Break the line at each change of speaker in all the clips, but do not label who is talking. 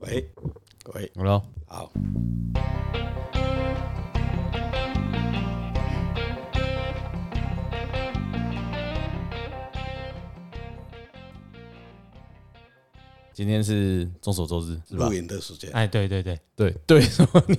喂，喂，
好了，
好，
今天是众所周知，是吧
录？影的时间，
哎，对对对，
对对，什么你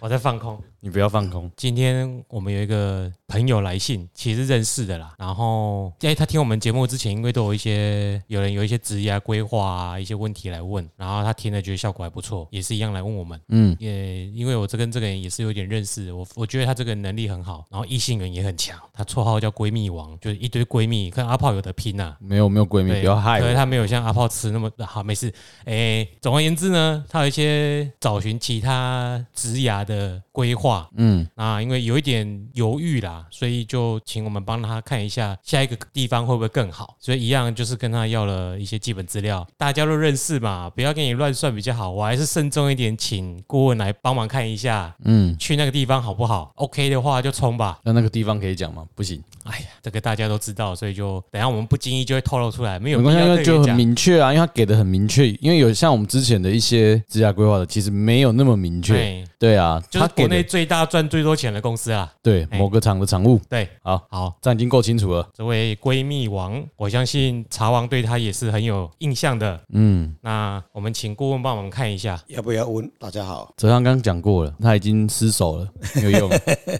我在放空。
你不要放空，
今天我们有一个朋友来信，其实认识的啦。然后，哎，他听我们节目之前，因为都有一些有人有一些职业规划啊，一些问题来问，然后他听了觉得效果还不错，也是一样来问我们。
嗯，
也因为我这跟这个人也是有点认识，我我觉得他这个能力很好，然后异性缘也很强，他绰号叫闺蜜王，就是一堆闺蜜，跟阿炮有的拼啊呐、
没有没有闺蜜，
对，
不要害
可是
我。
他没有像阿炮吃那么好，没事。诶，总而言之呢，他有一些找寻其他职涯的规划。
嗯，
啊，因为有一点犹豫啦，所以就请我们帮他看一下下一个地方会不会更好。所以一样就是跟他要了一些基本资料，大家都认识嘛，不要跟你乱算比较好。我还是慎重一点，请顾问来帮忙看一下，
嗯，
去那个地方好不好？OK 的话就冲吧。
那那个地方可以讲吗？不行，
哎呀，这个大家都知道，所以就等一下我们不经意就会透露出来，没有
没
必
关系，因
要
为
特别
就很
讲。
明确啊，因为他给的很明确，因为有像我们之前的一些职业规划的，其实没有那么明确。
对，
对啊，
就是
他
国
给
内
的
最大赚最多钱的公司啊。
对
哎
某个厂的产物，
对，
好，
好，
这样已经够清楚了。
这位闺蜜王，我相信茶王对他也是很有印象的。
嗯，
那我们请顾问帮我们看一下。
要不要问大家 好？
哲康刚刚讲过了，他已经失手了，没有用。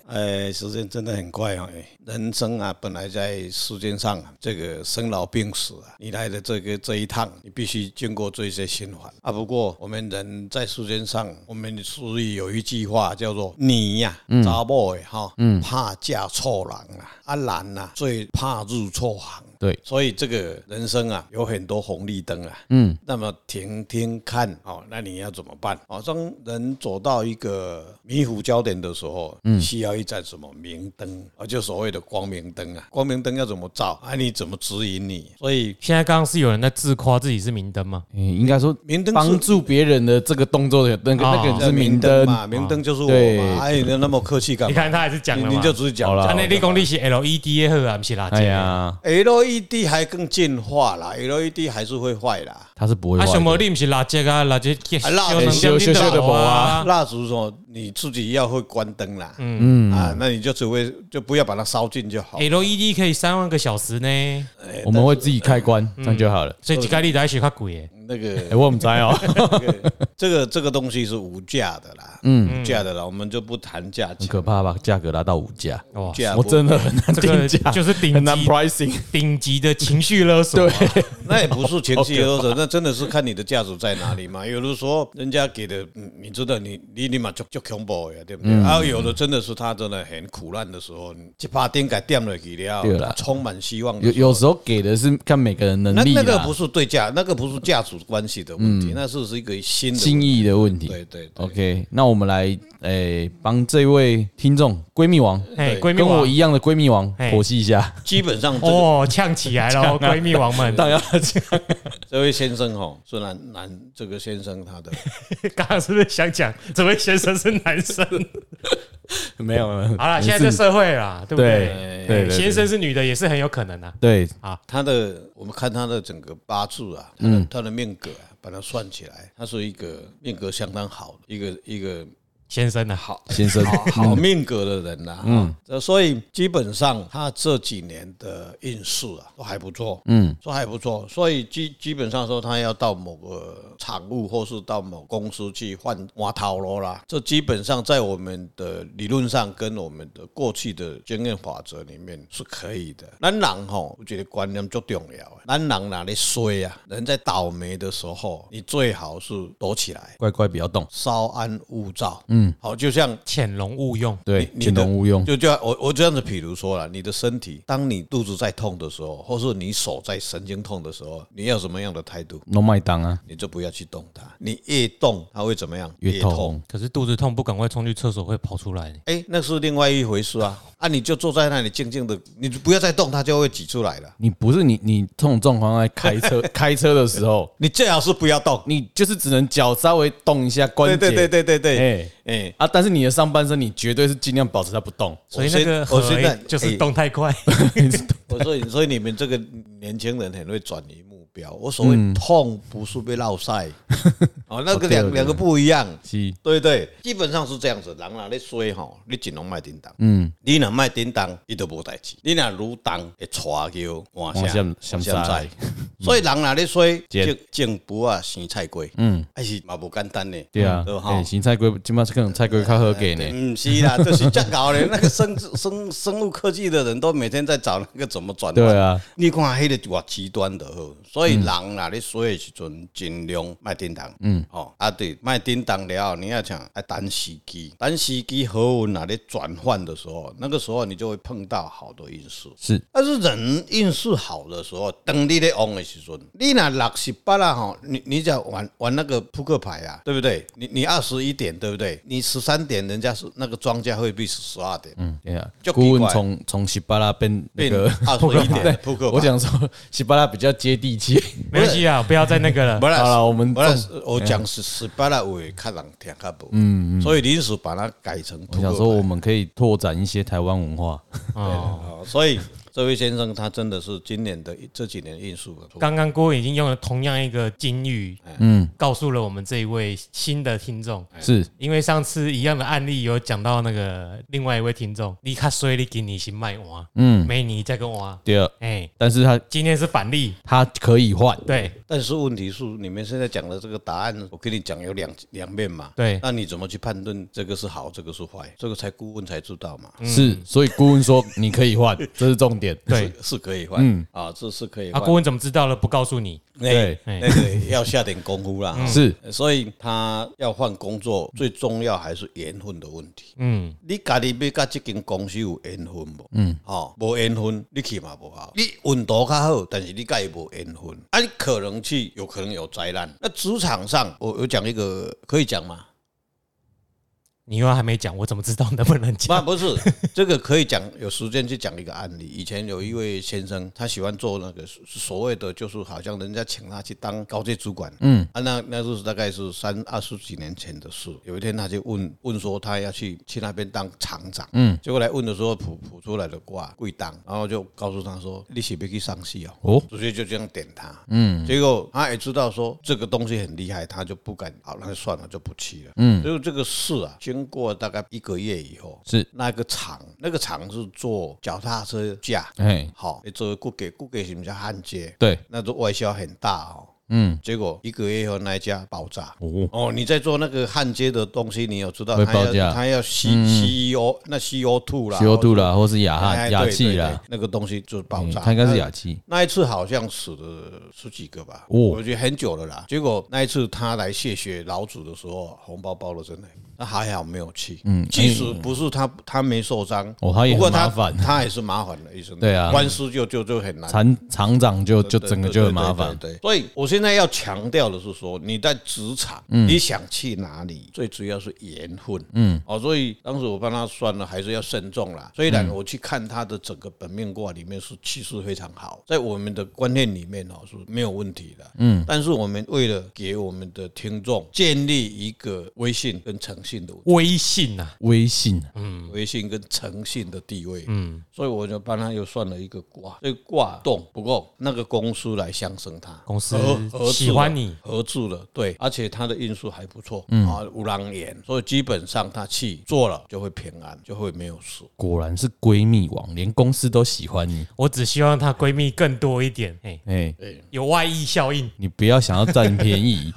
哎，时间真的很快啊、哎人生啊，本来在世界上啊，这个生老病死啊，你来的这个这一趟，你必须经过这些循环啊。不过我们人在世界上，我们俗语有一句话叫做“你呀、
嗯
查某的哈，怕嫁错郎啊，啊男呐、最怕入错行。”
对，
所以这个人生啊，有很多红绿灯啊。
嗯，
那么停停看，哦，那你要怎么办？哦，当人走到一个迷糊焦点的时候，嗯，需要一盏什么明灯，哦，就所谓的光明灯啊。光明灯要怎么照啊？你怎么指引你？所以
现在刚刚是有人在自夸自己是明灯吗？
嗯应该说
明灯
帮
是
助别人的这个动作的那个那个
叫
是明灯，啊
嘛，明灯就是我
对
嘛。哎，你那么客气
啊
干
你
嘛？
看他还是讲
你
了
你
嘛
就。只是讲
好啦
啊
好
那立功力是 LED 的好啊，不是垃圾。
哎，呀，
LED E 还更进化啦，LED 还是会坏啦。
他是不会
啊
坏
什
的
么你不是垃圾啊，垃圾
啊垃圾
能
哎修修修得
好
无啊。
蜡烛说你自己要会关灯啦，嗯啊，那你就只会就不要把它烧尽就好。
LED E 可以三万个小时呢，
哎
哎
我们会自己开关，这样就好了。
所以几概率在学较贵耶。
那
哎，
个
我们在哦，
这个这个东西是无价的啦，嗯，无价的啦，我们就不谈价
很
钱，
可怕吧？价格拉到五价，
哇，
价
我
不
真的很难
这个
定价，
就是顶
很难
级
pricing。
顶级的情绪勒索啊，
那也不是前期或 者那真的是看你的价值在哪里嘛。有的时候人家给的，嗯你知道你你立马就就恐怖呀，对不对？啊，有的真的是他真的很苦难的时候，你一把电给点了去了，
对啦
充满希望的时
有
候。
有时候给的是看每个人能
那
力
那个不
啦，嗯
是对价，那个不是价值关系的问题，那是是一个新的
心意的哦问题。
对对对
OK，那我们来诶帮这位听众闺蜜王，
哎，
对
闺蜜
跟我
王
一样的闺蜜王
哎
剖析一下。
基本上这个、
哦， 呛起来了，闺蜜王们，
当然要这样，
这位先生哦，是男男这个先生 他的
刚刚是不是想讲这位先生是男 生？
没有没有。
好了，
没
现在
事
这社会啦，对不对？
对
哎
对
先生是女的也是很有可能啊。
对对
他的我们看他的整个八字啊，他
嗯
的、他的命格啊，把它算起来，他是一个命格相当好的一个一个
先生啊，
好
先生
好好命格的人呐、嗯，这所以基本上他这几年的运势啊都还不错，嗯，都还不错，所以基基本上说他要到某个产物或是到某公司去换挖套路啦，这基本上在我们的理论上跟我们的过去的经验法则里面是可以的。咱人吼，我觉得观念最重要的，咱人哪里衰啊？人在倒霉的时候，你最好是躲起来。
乖乖不要动，
稍安勿躁，嗯，好，就像
潜龙勿用，
对，
你
潜龙勿用。
就就我我这样子，比如说了，你的身体，当你肚子在痛的时候，或是你手在神经痛的时候，你要什么样的态度，
弄麦当啊，
你就不要去动它。你越动，它会怎么样？
越痛。
可是肚子痛不赶快冲去厕所会跑出来。
哎、那是另外一回事啊！啊，你就坐在那里静静的，你就不要再动，它就会挤出来了。
你不是你你这种状况在开 车开车的时候，
你最好是不要动。
你就是只能脚稍微动一下关
对
节，
对对对对对，哎、
哎啊，但是你的上半身你绝对是尽量保持它不动，
所以那个
我现我现在
河就
哎
是动太 快，
我 所以所以你们这
嗯
个年轻人很会转移目标。我所谓痛，不是被落晒，哦，那
对
个两
对
两个不一样，
是，
对对，基本上是这样子。人啊，你衰吼，你只能卖叮当，
嗯，
你若卖叮当，伊都无代志。你若如当会带叫换
换
下
闪闪
闪
赛
赛所以人若咧衰，
接
种种不啊生菜瓜，
嗯，
还是嘛无简单呢。
对啊
嗯对，吼
哎，芹菜龟今麦是可能菜龟较好给呢，
嗯，是啦，就是这样搞的。那个生 生生物科技的人都每天在找那个怎么转
对
换。
啊，
你看迄个偌极端的好，所以人啦，你衰的时阵尽量卖叮当，嗯，哦，啊对，卖叮当了后，你要想要等时机，等时机好运啊，你转换的时候，那个时候你就会碰到好的运势。
是，
但是人运势好的时候，当你咧旺的时阵，你若六十八啦吼，你你只要玩玩那个扑克牌啊，对不对？你你二十一点，对不对？你十三点，人家是那个庄家会比十二点，嗯，
对啊
就，
顾
奇
问
怪
从从西巴拉变那
变
个
二十一点的扑克牌。
我想说西巴拉比较接地气。
没关系啊，不要再那个了
不。是，
好了我们
不是，我
哎
讲是十八啦，我也看人听较不，嗯，所以临时把它改成扑克牌。
我想说，我们哎可以拓展一些台湾文化。
哦，
哦，所以这位先生他真的是今年的这几年运数不错
刚刚郭文已经用了同样一个金语，嗯，哎告诉了我们这一位新的听众。
哎
是，
因为上次一样的案例有讲到那个另外一位听众，你卡衰你给你先卖娃，嗯，没你再跟娃，
第二，
哎，
但是他
今天是反例，
他可以换，
对，
但是问题是，你们现在讲的这个答案，我跟你讲有两两面嘛。
对
那你怎么去判断这个是好，这个是坏？这个才顾问才知道嘛。
是，所以顾问说你可以 换，这是重点。
对
是，是可以换，嗯啊，这是可以
啊，
换
顾。问怎么知道了？不告诉你，
那
对
那个要下点功夫
嗯
啦。哈
是，
所以他要换工作，最重要还是缘分的问题。
嗯，
你家己要甲即间公司有缘分无？嗯，哦，无缘分，你去嘛无好。你运道较好，但是你甲伊无缘分，啊，你可能去，有可能有灾难。那职场上，我有讲一个可以讲吗？
你又还没讲，我怎么知道能不能
不，
讲？
不是这个可以讲，有时间去讲一个案例。以前有一位先生，他喜欢做那个所所谓的，就是好像人家请他去当高级主管，嗯，啊，那那就是大概是三二十几年前的事。有一天他就问问说他要去去那边当厂长，嗯，结果来问的时候谱谱出来的卦贵当，然后就告诉他说你是不去上戏哦，
哦，
直接就这样点他，嗯，结果他也知道说这个东西很厉害，他就不敢，好，那就算了，就不去了，嗯，所以这个事啊，经过大概一个月以后，
是
那个厂，那个厂是做脚踏车架，
哎，
好，做顾给顾给什么叫焊接，
对，
那都外销很大哦，
嗯，
结果一个月以后那一家爆炸。
哦，
哦，你在做那个焊接的东西，你有知道
会
它
爆嗯炸
要它要 C C E O 那 C O two 啦
CO 度啦，或是氩
哎
氦、
对
氩气
对
啦，
对那个东西就爆
啊嗯
炸。
它应该是氩气。
那一次好像死了十几个吧，
哦
我觉得很久了啦。结果那一次他来谢谢老祖的时候，红包包了真的，那还好没有去。嗯，即使不是他，他没受伤，
哦他也很
不过
麻烦
他也是麻烦了，医生。
对啊
官司就就就很难。
厂厂长就就
呃对
整个
对
就
对
很麻
对
烦。
对，对所以我现在要强调的是说，你在职场，你想去哪里，最主要是缘分，嗯，哦，所以当时我帮他算了，还是要慎重啦。虽
嗯
然我去看他的整个本命卦里面是气势非常好，在我们的观念里面哦是没有问题的，嗯，但是我们为了给我们的听众建立一个威信跟诚信的
微信啊呐、
微信啊
嗯
威信跟诚信的地位，嗯，所以我就帮他又算了一个卦，这个卦动不够，那个公司来相生他，
公司
合合住了
喜欢你
合住了，对，而且他的运数还不错，啊，五郎眼，所以基本上他去做了就会平安，就会没有 事。
果然是闺蜜网，连公司都喜欢你。
我只希望她闺蜜更多一点，哎、
哎，
有外溢效应。
你不要想要占 便宜，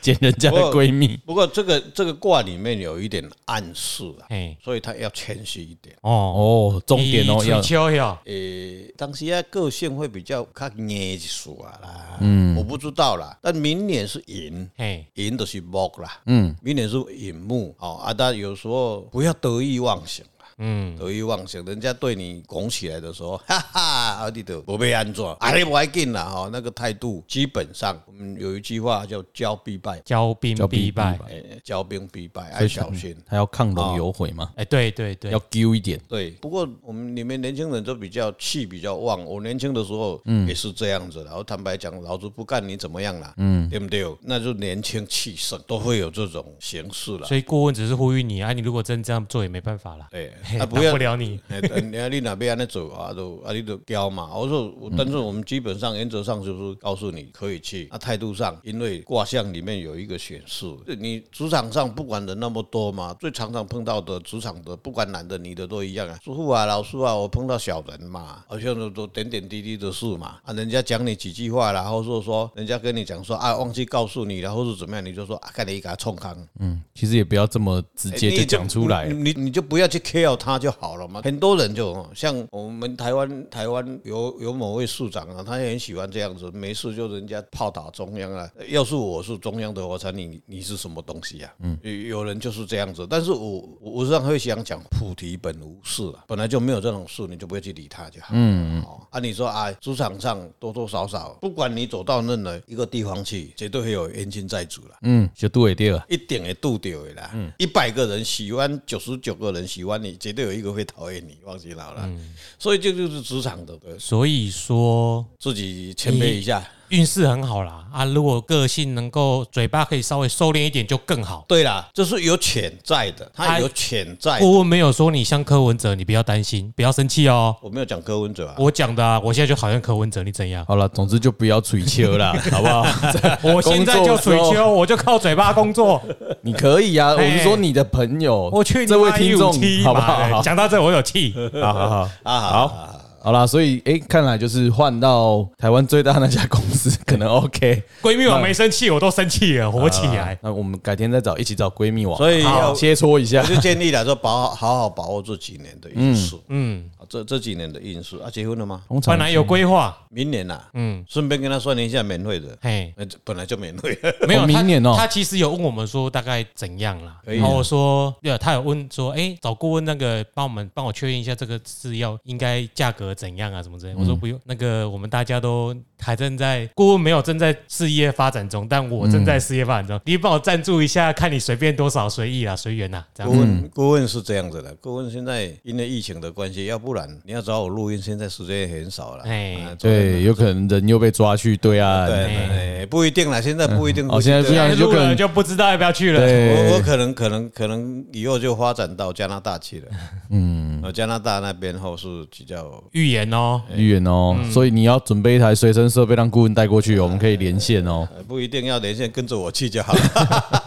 捡人家的闺蜜。
哎不过这个这个卦里面有一点暗示啊，
哎，
所以他要谦虚一点。
哦，
哦，重点哦，
你
要
吹秋哟，
诶，当时啊，个性会比较较硬一些啊啦，嗯，我不知道啦，但明年是寅，
哎，
寅就是木啦，嗯，明年是寅木哦。啊，但有时候不要得意忘形啦，嗯，得意忘形，人家对你拱起来的时候， 哈哈，啊，你都不被安装，啊，你不要紧啦，哦，那个态度基本上，嗯，有一句话叫骄必败，
骄兵
交
必败。
诶，骄兵必败，要小心。
他要亢龙有悔嘛，
哎，对对对
要，丢一点。
对，不过我们你们年轻人都比较气比较旺，我年轻的时候也是这样子的。然后坦白讲，老子不干你怎么样啦，嗯，对不对？那就年轻气盛，都会有这种形式了。
所以顾问只是呼吁你啊，你如果真这样做也没办法了。
对，
嘿
啊
打
不要
不了你。
哎，等你看你哪边安尼走啊，都啊你都教嘛。我说，我但是我们基本上原则上就是告诉你可以去。啊，态度上，因为卦象里面有一个显示，你职场上不管人那么多嘛，最常常碰到的职场的，不管男的女的都一样啊。师傅啊，老师啊，我碰到小人嘛，好像都都点点滴滴的事嘛。啊，人家讲你几句话啦，或者说人家跟你讲说啊，忘记告诉你了，或是怎么样，你就说啊，看你给他冲康。
嗯，其实也不要这么直接
哎你
哎就讲出来
你。你你就不要去 care 他就好了嘛。很多人就哦像我们台湾台湾有有某位市长啊，他也很喜欢这样子，没事就人家炮打中央啊。要是我是中央的话，我才你你是什么东西啊？嗯，有人就是这样子，但是我我我实际上会想讲，菩提本无事啊，本来就没有这种事，你就不会去理他就好。嗯，哦，啊，你说啊，职场上多多少少，不管你走到任何一个地方去，绝对会有冤亲债主了。
嗯，就杜伟第二，
一定会拄到的啦。
嗯
一百个人喜欢，九十九个人喜欢你，绝对有一个会讨厌你，忘记了啦。
嗯
所以这就是职场的，对
所以说
自己谦卑一下。
运势很好啦啊，如果个性能够嘴巴可以稍微收敛一点就更好。
对啦，这是有潜在的，他
他
有潜在的。
顾问没有说你像柯文哲，你不要担心，不要生气哦。
我没有讲柯文哲啊，
我讲的啊，我现在就好像柯文哲，你怎样？
好了，总之就不要吹球 啦，好不好？
我现在就
工作
水
的时
丘，
候
我就靠嘴巴工作。
你可以啊，我
嘿
是说你的朋友，
我去你
这位
妈
听
一五
众
七，
好不
妈
好
哎的？讲到这我有气。
好好好
啊
好好啦，所以哎、诶看来就是换到台湾最大那家公司可能 OK
闺蜜我没生气，我都生气了，火起来。
那我们改天再找一起找闺蜜网，
所以要
好切磋一下
我。就建议了说保好好把握这几年的因素，
嗯，
啊这这几年的因素啊，结婚了吗？
通
本来有规划，
明年呐，
嗯，
顺便跟他算一下免费的，
嘿，
那这本来就免费。
没
哦
有他
明年哦
他其实有问我们说大概怎样啦，
可以啊
然后我说，对，他有问说，哎，找顾问那个帮我们帮我确认一下这个是要应该价格怎样啊，什
嗯
么之类的。我说不用，那个我们大家都还正在顾问没有正在事业发展中，但我正在事业发展
嗯
中，你帮我赞助一下，看你随便多少，随意啦，随缘啦，这样
顾。
嗯
问顾问是这样子的，顾问现在因为疫情的关系，要不然你要找我录音，现在时间也很少了。
哎
啊，
对，有可能人又被抓去对岸。
对对对，
哎
不一定了，现在不一定。
哦现在不一样
对
录了就不知道要不要去了。
对
我我可能可能可能以后就发展到加拿大 去了。嗯，呃，加拿大那边后是比较
预言哦，
预言哦，所以你要准备一台随身设备让顾问带过去哦，我们可以连线哦。
呃不一定要连线，跟着我去就好了。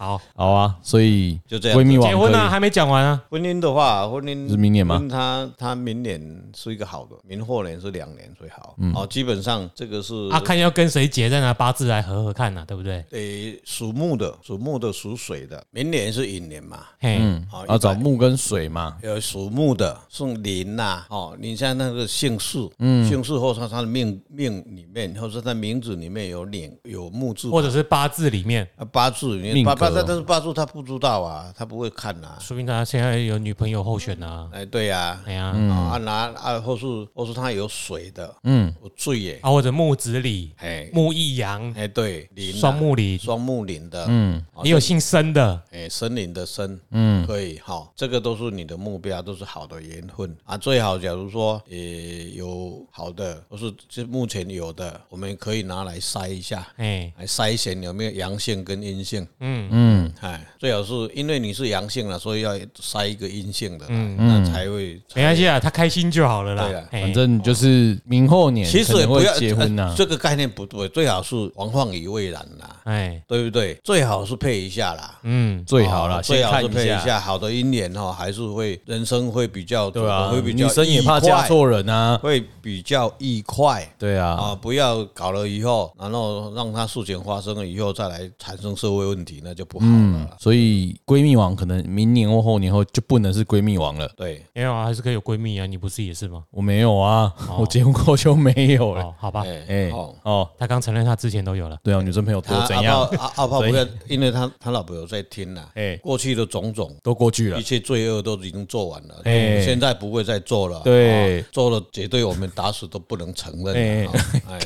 好，
好啊，所以
就这样子
闺蜜网
结婚
可
啊，
以
还没讲完啊。
婚姻的话，婚姻
是明年吗？
他他明年是一个好的，明后年是两年最好。
嗯
哦，基本上这个是
啊，看要跟谁结，再拿八字来合合看啊呐、对不对？
诶属木的，属木的属水的，明年是寅年嘛。
嘿，
好
要啊找木跟水嘛。
有属木的，姓林呐、哦，你像那个姓氏，嗯，姓氏后他他的命命里面，或者他名字里面有领有木字
或者是八字里面，
啊八字里面
命
八八，
格
但但是八字他不知道啊，他不会看呐、啊，
说明他现在有女朋友候选啊。
哎，对呀、啊。
哎呀、
啊，拿啊，或是或是他有水的，嗯，有醉耶，
啊，或者木子李、
哎
木易阳、
哎，对，林啊
双木李，
双木林的，嗯，
你有姓申的，
哎，森林的森，嗯，可以，好，这个都是你的目标，都是好的缘分啊。最好，假如说，呃，有好的，或是这目前有的，我们可以拿来筛一下，
哎，
来筛选有没有阳性跟阴性。
嗯
嗯，哎，最好是因为你是阳性了，所以要筛一个阴性的啦，
嗯
那才会。
没关系啊，他开心就好了
对
啦
啊。
哎
反正就是明后年
其实
可
也
能
不
会
要
结婚啊呐
呃。这个概念不对，最好是防患于未然啦，
哎，
对不对？最好是配一下啦。
嗯，
最好
哦
啦，
最
先
好
看
是
一
配一
下，
下好的姻缘哈，还是会人生会比较
对啊，
会比较
女生也怕
愉快
嫁，错人啊，
会比较愉快
对啊，
啊，不要搞了以后，然后让他事情发生了以后再来产生社会问题，那就不好了啦。
所以闺蜜网可能明年或后年后就不能是闺蜜网了。
对，
没有啊，还是可以有闺蜜啊，你不是也是吗？
我没有啊，
哦
我结婚后就没有了。
哦，好吧，
哎
哎，好。
哦，
他刚承认他之前都有 了。
对啊，女生朋友
他
多怎
阿
样
炮，阿阿炮不
怎
要，因为他他老婆有在听呐
哎，
过去的种种
都过去了
一。切罪恶都已经做完了，
哎
现在不会再做了。
对
哦做了绝对我们打死都不能承认了。哦哎，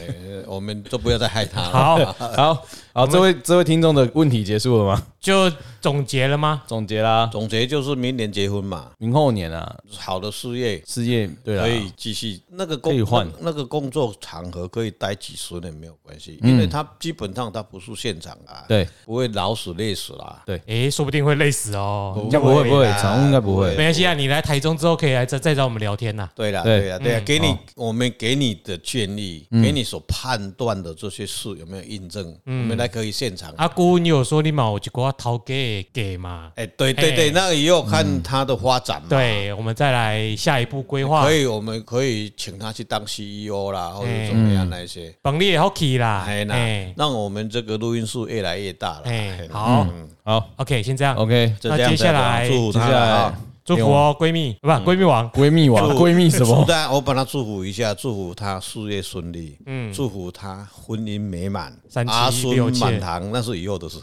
我们就不要再害他了。
好，
好好，这位这位听众的问题结束了吗？
就总结了吗？
总结啦，
总结就是明年结婚嘛，
明后年啊，
好的事业
事业对啦
可，以继续那个
可
工
以换
那那个工作场合可以待几十年没有关系，因为它基本上它不是现场啊，
嗯对，
不会老死累死啦。
诶，说不定会累死哦。
应该不会不会
啦，
常务应该不会
没关系啊，你来台中之后可以来再再找我们聊天呐。
对啦，
对嗯
对啦，对啦，啊给你我们给你的建议，给你所判断的这些事有没有印证？我
嗯
们来可以现场。
阿姑，你有说你嘛，我就给他掏给给嘛？
哎，对对对，
哎
那也
嗯
要看他的发展嘛。，
对，我们再来下一步规划
可。以，我们可以请他去当 CEO 啦，或
哎
者怎么样那一些。
绑你也好起啦，
哎，那
哎
让我们这个录音数越来越大了。
哎
哎，，
好
嗯好
，OK，先这样，
，OK，
就这样
那接下来
祝福
接
他
下来
啊。
祝福哦，闺蜜，不，
嗯
闺蜜王，
闺蜜王
祝
闺蜜什
祝
么？
大家，我帮他祝福一下，祝福他事业顺利，嗯，祝福他婚姻美满，
三妻
阿
六啊
孙
妾
满堂，那是以后的事。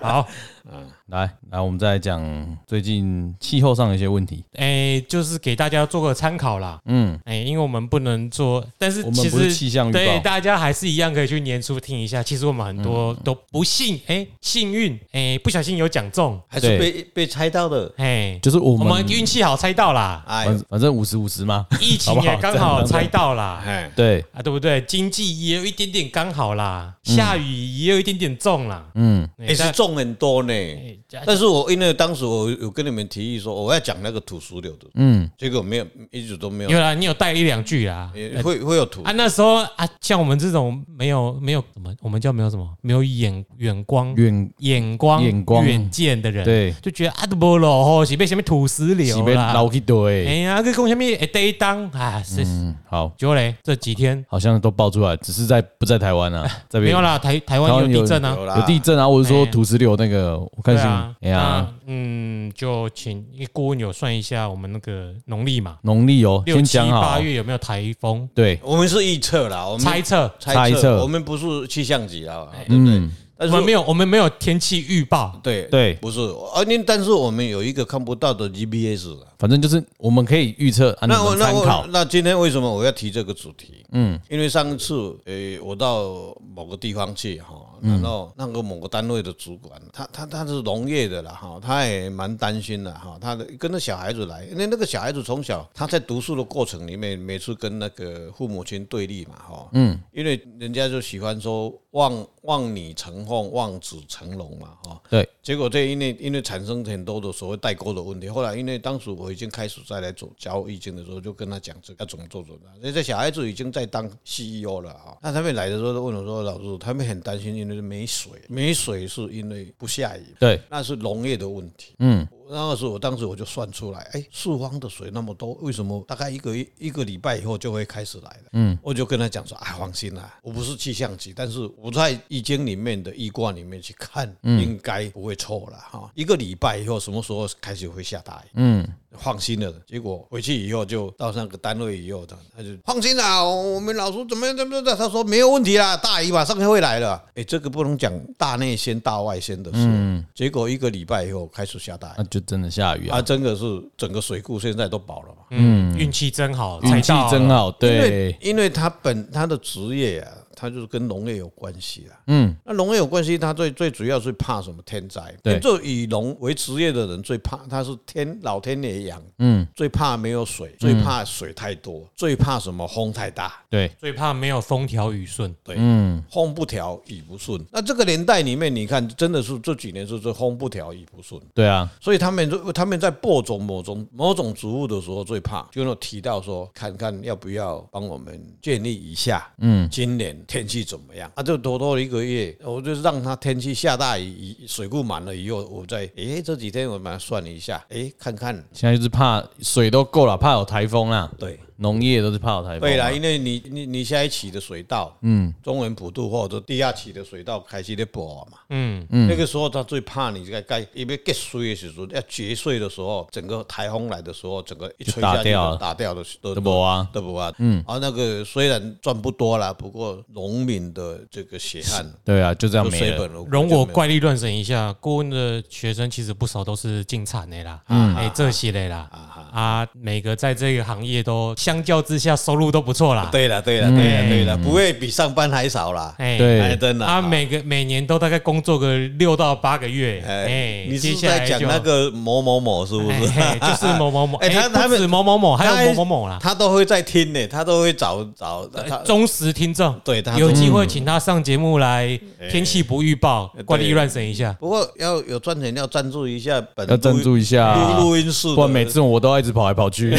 好，
来来，我们再来讲最近气候上的一些问题。
哎，就是给大家做个参考啦，嗯，哎，因为我们不能做，但是
我们
其
不是
实
气象预报
对大家还是一样可以去年初听一下。其实我们很多
嗯
都不幸，哎，幸运，哎，不小心有讲中，
还是
对
被被猜到的。
哎，
就是我
我
们
们运气好猜到 啦，
哎，
反反正五十五十嘛，
疫情
好不好
也刚
这样这
好
样
猜到啦，
哎，
对，
啊， 对不对？经济也有一点点刚好啦，
嗯
下雨也有一点点重啦，嗯，
也哎是重很多呢。
哎
但是我因为当时我有跟你们提议说哦我要讲那个土石流的，嗯，结果没有，一直都没有
有，啦，你有带一两句啦。
也会会有土
啊，那时候啊，像我们这种没有没有什么，我们叫没有什么没有眼远光、
远
眼光、
眼光
远见的人，
对
就觉得啊，都无落后，是被什么土石
西
流
被
啦，
捞去
哎
堆。
呀，这讲什么哎，得当啊，是
嗯，好，
就嘞，这几天
好像都爆出来，只是在不在台湾啊，这
哎没
边
有啦，台台
台
湾有
湾
地震啊，
有啦，
有地震啊，我是说
哎
土石流那个，我看
对
新
啊
闻，，哎呀，
那嗯，就请因为顾问有算一下我们那个农历嘛，
农历哦，
六
先
七
讲好
八，月有没有台风？
对，
我们是预测啦，我们
猜测，
猜
猜测
测，我们不是气象局啦，对不对？
嗯，
但
我
是
们没有，我们没有天气预报。
对
对
不是，而您但是我们有一个看不到的 GPS 啦。
反正就是我们可以预测，啊，你
那我
们
那
参
我
考，
那今天为什么我要提这个主题？嗯，因为上一次诶、我到某个地方去哈，
嗯
然后那个某个单位的主管，他他他是农业的啦哈，他也蛮担心的哈，他的跟着小孩子来，因为那个小孩子从小他在读书的过程里面，每次跟那个父母亲对立嘛哈，嗯，因为人家就喜欢说望望女成凤，望子成龙嘛哈，
对，
结果这因为因为产生很多的所谓代沟的问题，后来因为当时我已经开始在来做教易经的时候，就跟他讲这个要怎么做怎么样。那这小孩子已经在当 CEO 了啊、那他们来的时候都问我说：“老师，他们很担心，因为没水，没水是因为不下雨，
对，
那是农业的问题。”嗯，那个时候我当时我就算出来，哎，四方的水那么多，为什么大概一个月一个礼拜以后就会开始来了？嗯，我就跟他讲说啊，放心啦、我不是气象局，但是我在易经里面的易卦里面去看，应该不会错了哈。一个礼拜以后什么时候开始会下大雨？嗯。放心了，结果回去以后就到那个单位以后，他他就放心啦，我们老师怎么样怎么样，他说没有问题啦，大姨马上就会来了。哎，这个不能讲大内先大外先的事。结果一个礼拜以后开始下大雨
那，就真的下雨啊
啊，，真的是整个水库现在都饱了嘛。
嗯，运气真好，
运气
猜到
真
了。
好，
因
对
为，因为他本他的职业啊，他就是跟农业有关系啦。
嗯，
那农业有关系，他最最主要是怕什么天灾？
对
做以农为职业的人最怕，他是天老天爷养，嗯，最怕没有水，
嗯
最怕水太多，最怕什么风太大。
对，
最怕没有风调雨顺，
对，
嗯
风不调雨不顺。那这个年代里面，你看，真的是这几年是这风不调雨不顺。
对啊，
所以他们就他们在播种某种某种植物的时候最怕，就那种提到说，看看要不要帮我们建议一下，嗯，今年天气怎么样？啊，就多多一个月，我就让它天气下大雨，水库满了以后，我再诶这几天我把它算一下，诶看看，
现在就是怕水都够了，怕有台风啦，
对。
农业都是怕有台风啊，
对啦，因为你你你下一期的水稻，嗯，中文普渡或者第二期的水稻开始在播嘛，
嗯，
那个时候他最怕你该该因为结税的时候，要节税的时候，整个台风来的时候，整个一吹下
打
去
掉了
就打掉的都
都没啊
都不啊，嗯，啊那个虽然赚不多啦，不过农民的这个血汗
对啊，就这样
就
没
水
了，
本了，
容我怪力乱神一下，顾问的学生其实
嗯
不
啊
啊少都是进产的啦，哎，这些的啦，啊，每个在这个行业都相较之下收入都不错啦。
对了，对了，对了，对了，不会比上班还少啦。
哎
对
哎，真的
他
哈
每个每年都大概工作个六到八个月，
哎
哎，，
你
接
是
下来
在讲
就
那个某某某是不是？
哎嘿就是某某 某，
哎
哎，
他他
不
们
止某某某，还有某某某啦。
他都会在听呢，他都会找找他
呃。忠实听众，
对他
有
忠
机会请他上节目来，天气不预报
哎，
怪力
对
乱神一下。
不过要有赚钱要赞助一下本
要赞助一下
录录音室的，
不然每次我都要一直跑来跑去。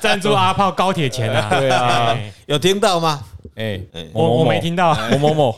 赞助阿炮高铁钱啊！
对啊
哎
有听到吗？
哎，某某哎
我我
某
没听到。
某某某，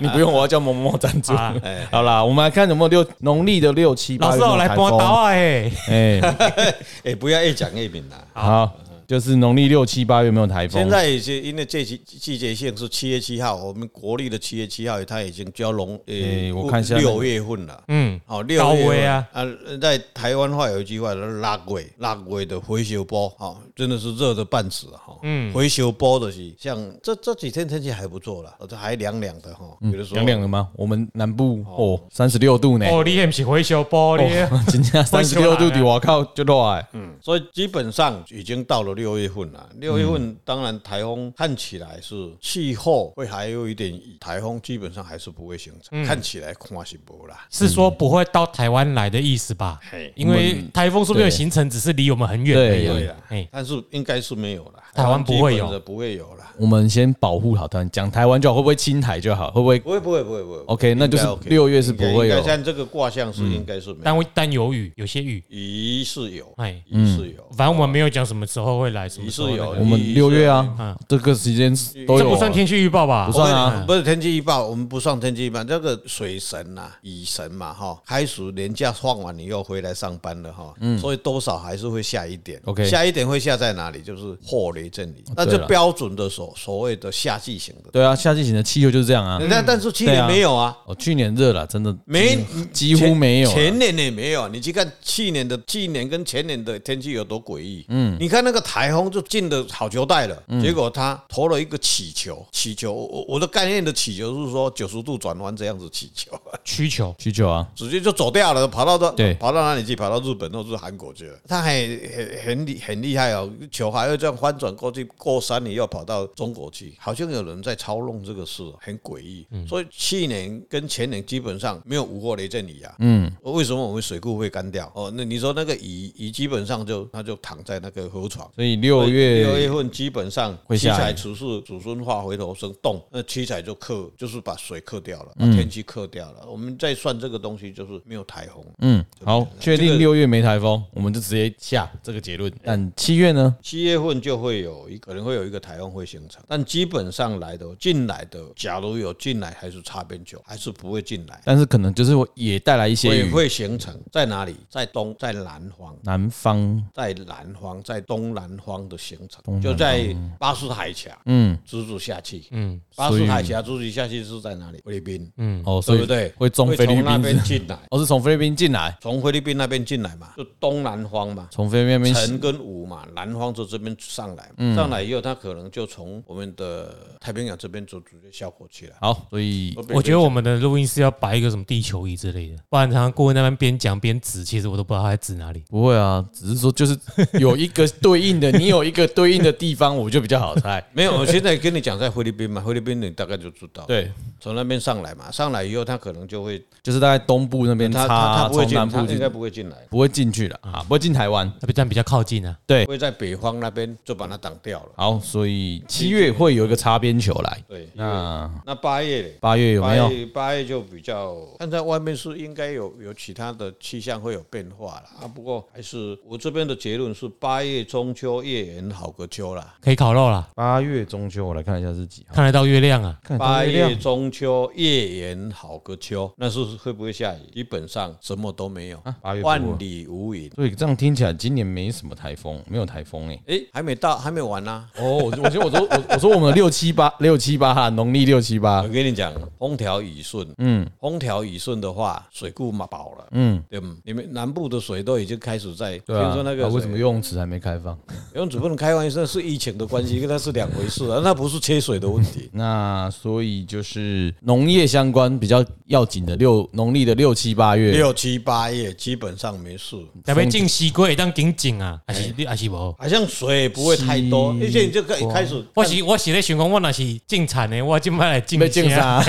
你不用，我要叫某某某赞助。
啊
好啦，我们来看有没有六农历的六七八
老
月
师，
那
我
种
来
台
帮
风。
刀啊！哎，
哎，
哎，不要越讲越敏啦。
好，就是农历六七八月有没有台风？
现在已经因为这季季节性是七月七号，我们国历的七月七号，它已经交龙
哎
呃，
我看一下那个
六月份了。
哎
嗯，
哦，六
高
月
危
份
啊！
啊，在台湾话有一句话叫“拉鬼拉鬼”的回修波，哦，真的是热的半死哈。哦
嗯
回修波的是像这这几天天气还不错了，哦这还凉凉的哈，
嗯
有的时候
凉凉了吗？我们南部哦，三十六度呢。
哦，你也不是回修玻璃，
哎哦，今天三十六度的，我靠，就热哎。
所以基本上已经到了六月份
嗯
了。六月份当然台风看起来是气候会还有一点雨，台风基本上还是不会形成，
嗯
看起来看是不啦。
是说不会到台湾来的意思吧？
嘿，
因为台风说不定
对
有形成，只是离我们很远而
对
已
对
啦
啊。，哎，
但是应该是没有啦，
台湾不会有
基本上不会有啦，
我们先保护好台湾，讲台湾就好，会不会亲台就好？会不会
不会不会不会不会。
OK，那就是
应该 OK
六月是不会
应
有
该像这个卦象是应该是没有，
但会但有雨，有些雨，
疑是有，
哎，
疑是有，
反正我们没有讲什么时候会来，什么
疑
时
是
候
有
那。个
我们嗯六月啊
哎
嗯，
这个时间都
这
有
不算
啊。
天气预报吧
不？算啊
我们不是天气预报，我们不算天气预报。这个水神呐、啊，雨神嘛，哈，开始年假放完，你又回来上班了哈，所以多少还是会下一点。
嗯 OK 哦
下一点会下在哪里？就是霍雷这里，那就标准的所所谓的夏季型的。
对啊，夏季型的气候就是这样啊。
那、但是去年没有啊，
哦，去年热了，真的
没
几乎没有啊。
前年也没有。你去看去年的去年跟前年的天气有多诡异。嗯，你看那个台风就进了好球带了，
嗯
结果他投了一个起球，起球，我我我的概念的起球是说九十度转弯这样子起球。
哦需求
需求啊，
直接就走掉了，跑到到
对
跑到哪里去？跑到日本或是韩国去了。他还很很厉很厉害哦，球还会这样翻转过去，过山你又跑到中国去，好像有人在操弄这个事，哦很诡异。所以去年跟前年基本上没有无货雷阵雨啊。嗯，为什么我们水库会干掉？哦，那你说那个雨雨基本上就它就躺在那个河床。
所以六
六月
月
份基本上
会
七
下雨
彩除是祖孙化回头生动，那七彩就克，就是把水克掉了，
嗯
把天气克掉了。我们再算这个东西，就是没有台风。
嗯，好，确
这
定
个
六月没台风，我们就直接下这个结论。但七月呢？
七月份就会有一可能会有一个台风会形成，但基本上来的进来的，假如有进来还是擦边球，还是不会进来，
但是可能就是会也带来一些
会
雨。
会形成在哪里？在东，在南方。
南方
在南方，在东南方的形成，就在巴士海峡，
嗯，
直直下去，
嗯，
巴士海峡直直下去是在哪里？菲律宾，
哦，所
嗯对不
以
对？
会中菲律
从那
宾
边
是，
进来，
哦，是从菲律宾进来，
从菲律宾那边进来嘛，就东南方嘛。
从菲律宾
陈跟武嘛，南方就这边上来，
嗯
上来以后，它可能就从我们的太平洋这边就直接消过去了。
好，所以
北
我觉得我们的录音室要摆一个什么地球仪之类的，不然常常顾问那边边讲边指，其实我都不知道他在指哪里。
不会啊，只是说就是有一个对应的，你有一个对应的地方，我就比较好猜。
没有，我现在跟你讲在菲律宾嘛，菲律宾你大概就知道，，
对，
从那边上来嘛，上来以后它可能就会，
就是大概东部那边
它它
插
它不会
从
进，
南
它
部
应
进
该，不嗯会进来，
不会进去了啊，不会进台湾。
那边站比较靠近啊，
对，
会在北方那边就把它挡掉了。
好，所以七月会有一个擦边球来，
对，
那
那八月嘞？
八月有
八
没有？
月八月就比较，看在外面是应该有有其他的气象会有变化了啊。不过还是我这边的结论是八月中秋月圆好个秋啦，
可以烤肉啦，
八月中秋，我来看一下是几号。
看得到月亮啊。
看
八月中秋月圆好个秋，那是会不会下雨？基本上什么都没有，
八月啊不
万里无云。
所以这样听起来，今年没什么台风，没有台风哎、
诶，还没到，还没完啊呢、
哦，我我觉得我说我我说我们六七八六七八哈，农历六七八
我，跟你讲，风调雨顺，嗯，风调雨顺的话，水库嘛饱了，嗯，对吗？你们南部的水都已经开始在，
对啊
听说那个
啊
水
为什么游泳池还没开放？
游泳池不能开玩笑，是疫情的关系，跟它是两回事啊，那不是缺水的问题。
那所以就是农业相关比较要紧的六农历的六七八月，
六七八月基本上没事，
台北进西龟当景景啊，
哎
还是你还是无？
好啊像水也不会太多，
西
而且你就可以开始
我
看，
啊
是我是咧想讲，我若是进产的，我今摆来啊进
被禁杀，
啊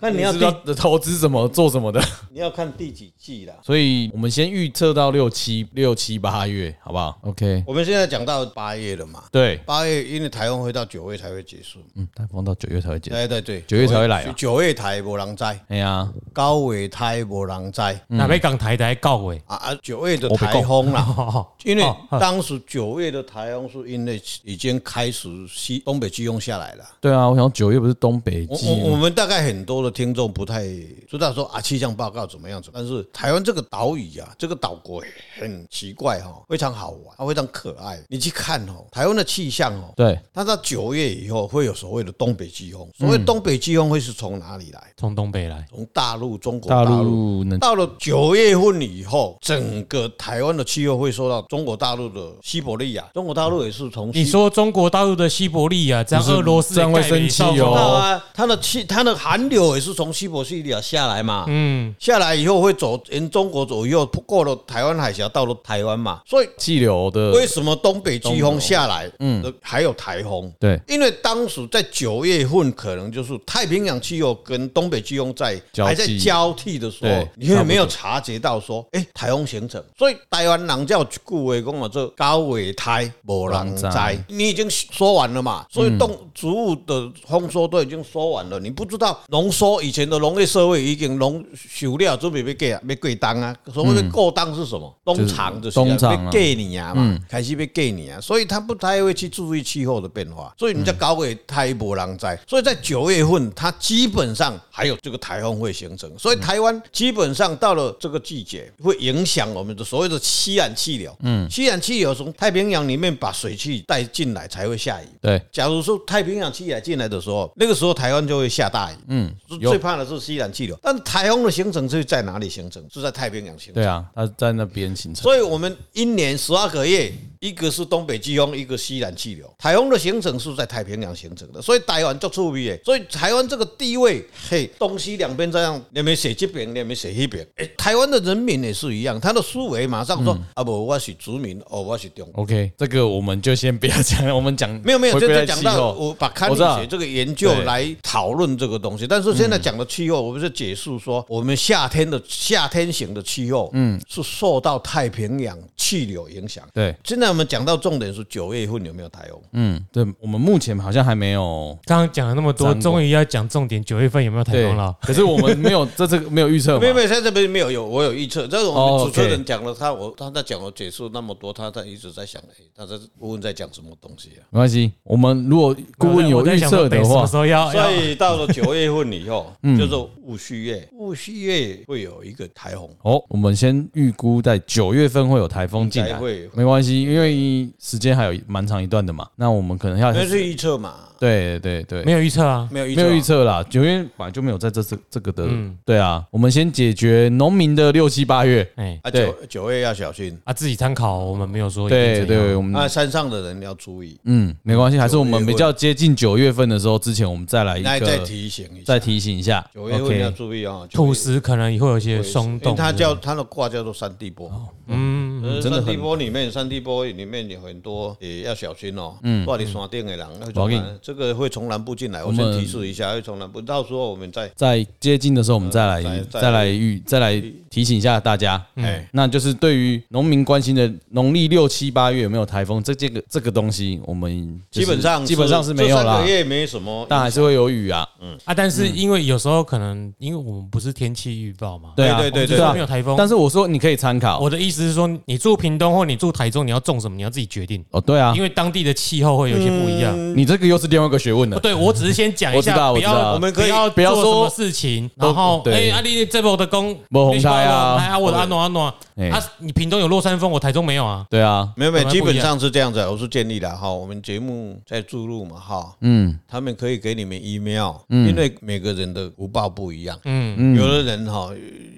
看你要
知道
第
投资什么做什么的。
你要看第几季啦。
所以我们先预测到六七六七八月，好不好？OK，
我们现在讲到八月了嘛，
对，
八月因为台风会到九月才会结束，
嗯，台风到九月才会结束。
对对对，
九月才会来啊
九月台无人知，
哎呀，
高尾台无人知啊
嗯
那要讲台台告诶，
啊！九月的台风 啦，
哦，
因为当时九月的台风是因为已经开始西东北季风下来了。
对啊，我想九月不是东北
我
季
我我
吗？
们大概很多的听众不太知道说啊气象报告怎么样子，但是台湾这个岛屿啊，这个岛国很奇怪哈、非常好玩，啊非常可爱。你去看哦，台湾的气象哦，
对，
它到九月以后会有所谓的东北季风，所谓东北季风会是从哪里来？
从东北来，
从大陆、中国
大
大陆。
陆能
到了九月份以后，整个台湾的气候会受到中国大陆的西伯利亚，中国大陆也是从西
你说中国大陆的西伯利亚，这样
不是
俄罗斯
这样会
也盖
生
没
气
到
哦
知道啊，它的气，它的寒流也是从西伯利亚下来嘛，
嗯，
下来以后会走沿中国左右，过了台湾海峡，到了台湾嘛。所以
气流的，
为什么东北季风下来，嗯，还有台风？
对，
因为当时在九月份，可能就是太平洋气候跟东北季风在
交替
还在交替的时候
对，
你也没有察觉到说，哎，台风形成。所以台湾人叫一句话讲啊，这高尾胎无人知
人知。嗯
你已经说完了嘛？所以动植物的丰收都已经说完了，你不知道浓缩以前的农业社会已经农熟了，准备被给被贵当啊。所谓的过当是什么？
嗯是
冬藏就是
冬藏啊
被给你啊嘛，开始被给你啊，所以他不太会去注意气候的变化，所以你在高纬太波浪灾，所以在九月份，它基本上还有这个台风会形成，所以台湾基本上到了这个季节，会影响我们的所谓的西岸气流。嗯，西岸气流从太平洋里面把水汽带进来才会下雨。
对，
假如说太平洋气压进来的时候，那个时候台湾就会下大雨。嗯，
有
最怕的是西南气流，但台风的形成是在哪里形成？是在太平洋形成。
对啊，它在那边形成。
所以我们一年十二个月，一个是东北季风，一个西南气流。台风的形成是在太平洋形成的，所以台湾做出名的。所以台湾这个地位，嘿，东西两边这样，你们写这边，你们写那边。诶台湾的人民也是一样，他的思维马上说、
嗯
啊，不，我是殖民，哦，我是中国。
OK，这个我们就先不要讲，我们讲
没有没有，
回
就
归
就
在
讲
气
到
候。
我把康
我
理
知道
学这个研究
对
来讨论这个东西，但是现在讲的气候，我们是解释
嗯
说我们夏天的夏天型的气候，嗯，是受到太平洋气流影响。
对，
现在我们讲到重点是九月份有没有台风？
嗯，对，我们目前好像还没有
刚刚讲了那么多，
张国
终于要讲重点，九月份有没有台
对
风了，？
可是我们没 有这这个没有预测嘛
没有没有，现在这边没有有，我有预测。这是我
哦
们主持
OK
人讲了，他我他在讲我解释那么多，他在一直在想，哎，他在顾问在讲什么东西啊？
没关系，我们如果顾问
我
有
在
预
想
测
说北
的
什
话
么时，候要
所
要
以到了九月份以 后，
嗯
就是戊戌月，戊戌月会有一个台风。
哦，我们先预估在九月份会有台风进
应
来
该会，
没关系，因为时间还有蛮长一段的嘛。那我们可能要
那是预测嘛？
对对对，
没有预测啊？
没有预
没
测啊
有预测啦，九月本来就没有在这这这个的，对啊，我们先解决农民的六七八月，
哎
啊，
对
九九月要小心，
啊，自己参考，我们没有说一定
对
怎样
对，我们
那山上的人要注意，
嗯没关系，还是我
九
们
月
比
份
较接近九月份的时候之前，我们再来一
那再
个
提醒一下
再，提醒一下
九月份要
，OK，
注意啊，九月
土石可能也会有一些松
因为
动，
它叫它的卦叫做山地波，
嗯，
呃
真的
山
很
地波里面，山地波里面有很多也要小心哦。嗯，挂你山顶的人，会
不要
从
紧
南这个会从南部进来，我
我
先
们
提示一下，会从南部，到时候我们再
在接近的时候我们再来
再
再来预再来提醒一下大家，
哎，
那就是对于农民关心的农历六七八月有没有台风，这这个这个东西，我们就是
基本上
基本上是没有
这三
啦
个，月没什么，
但还是会有雨啊。
嗯
啊，但是因为有时候可能，因为我们不是天气预报嘛，
对啊，
对对对
就
对
说
啊
没有台风。
但是我说你可以参考
我的意思是说，你住屏东或你住台中，你要种什么，你要自己决定，
哦，对啊
因，为当地的气候会有一些不一样。
你这个又是另外一个学问
不
了。
对，我只是先讲一
我知道
下，不
我知
要
道
我们可以
不要
不要
做
说
什么事情，然后
都对
哎，阿丽这波的工
没红胎啊
哎呀，我的安诺安诺
哎
啊，你屏东有落山风，我台中没有啊，
对啊，
没有没有，
本来不一
基
样
本上是这样子，我是建议的哈。我们节目在注入嘛哈，
嗯，
他们
嗯
嗯可以给你们 email，因为每个人的福报不一样，嗯，有的人哈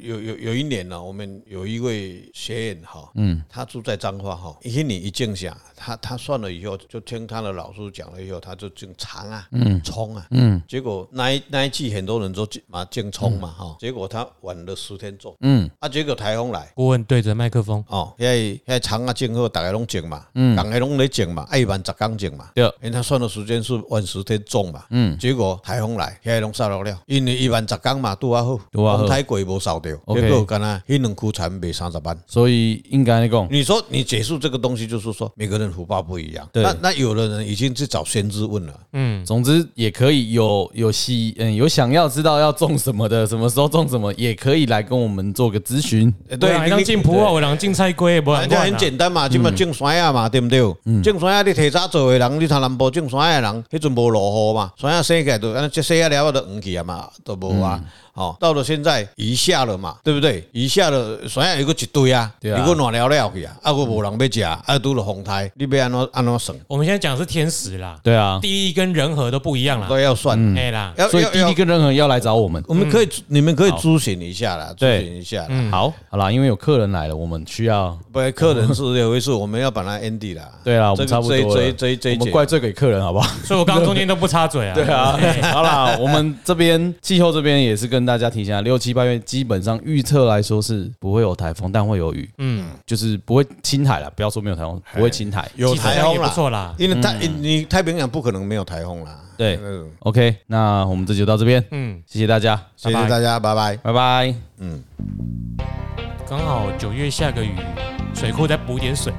有有有一年呢、我们有一位学员哈，嗯，他住在彰化哈，一年一静下，他他算了以后，就听他的老师讲了以后，他就进长啊，嗯，冲啊，嗯，结果那一那一季很多人都进嘛进冲嘛哈，结果他晚了十天做，嗯，啊，结果台风来。
顾问对着麦克风，
哦，遐遐长啊种好，大家拢种嘛，人家拢咧种嘛，爱万十工种嘛，
对啊
因为他算的时间是万十天种嘛，嗯，结果台风来，遐拢扫落了，因为一万十工嘛，拄啊好，
拄啊好
风太过无扫掉，
OK
结果干那迄两区田卖三十万。
所以应该来讲，
你说你解释这个东西，就是说每个人福报不一样。
对
那那有的人已经去找先知问了，
嗯，
总之也可以有有希嗯有想要知道要种什么的，什么时候种什么，也可以来跟我们做个咨询。
呃
对，人进啊普洱，人进菜龟，不啊
人家很简单
嗯
嘛，即嘛种山啊嘛，对毋对？种山啊，你提早做的人，你像南部种山的人，迄阵无落雨嘛，山啊生起来就安尼，即生啊了就黄去啊嘛，都无啊。
嗯
哦，到了现在雨下了嘛，对不对？雨下了，山啊又个一堆啊，
对啊
又个烂了了去啊，啊个无人要食，啊拄着风台，你要安怎安怎算？
我们现在讲的是天时啦，
对啊，
地利跟人和都不一样啦
都，要算，
哎啦，
要
嗯所以
要
滴滴
要，
跟任何人要来找我们。
我们可以你们可以咨询一下啦，咨
嗯对嗯
询一下啦。
好，好啦，因为有客人来了，我们需要
不，客人是有一次我们要把它 end 啦。
对啦，我
这
们
个
差不多
这一这
了
一这一这一
我们
节
怪罪给客人好不好？
所以我刚刚中间都不插嘴 啊，
对啊， 好啦，我们这边气候这边也是跟大家提醒啊，六七八月基本上预测来说是不会有台风，但会有雨，嗯，就是不会侵台了。不要说没有台风，不会侵台。
有台
气
风
氛也
啦，
不错啦嗯
因为太你太平洋不可能没有台风啦。
对
嗯，
OK，那我们这集就到这边，
嗯，
谢谢大家，
谢谢大家，拜拜。
拜拜。哦
刚好九月下个雨，水库再补点水，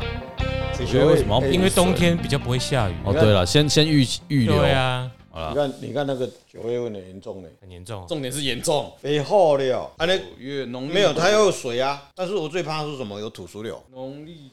你
觉得为什么要
因为冬天比较不会下雨。
哦，对了，先先预预留，
对啊，
你看你看那个九月份很严重嘞，
很严重。
重点是严重。
肥厚了，啊那
九月农历
没有它要有水啊，但是我最怕是什么？有土石流。
农历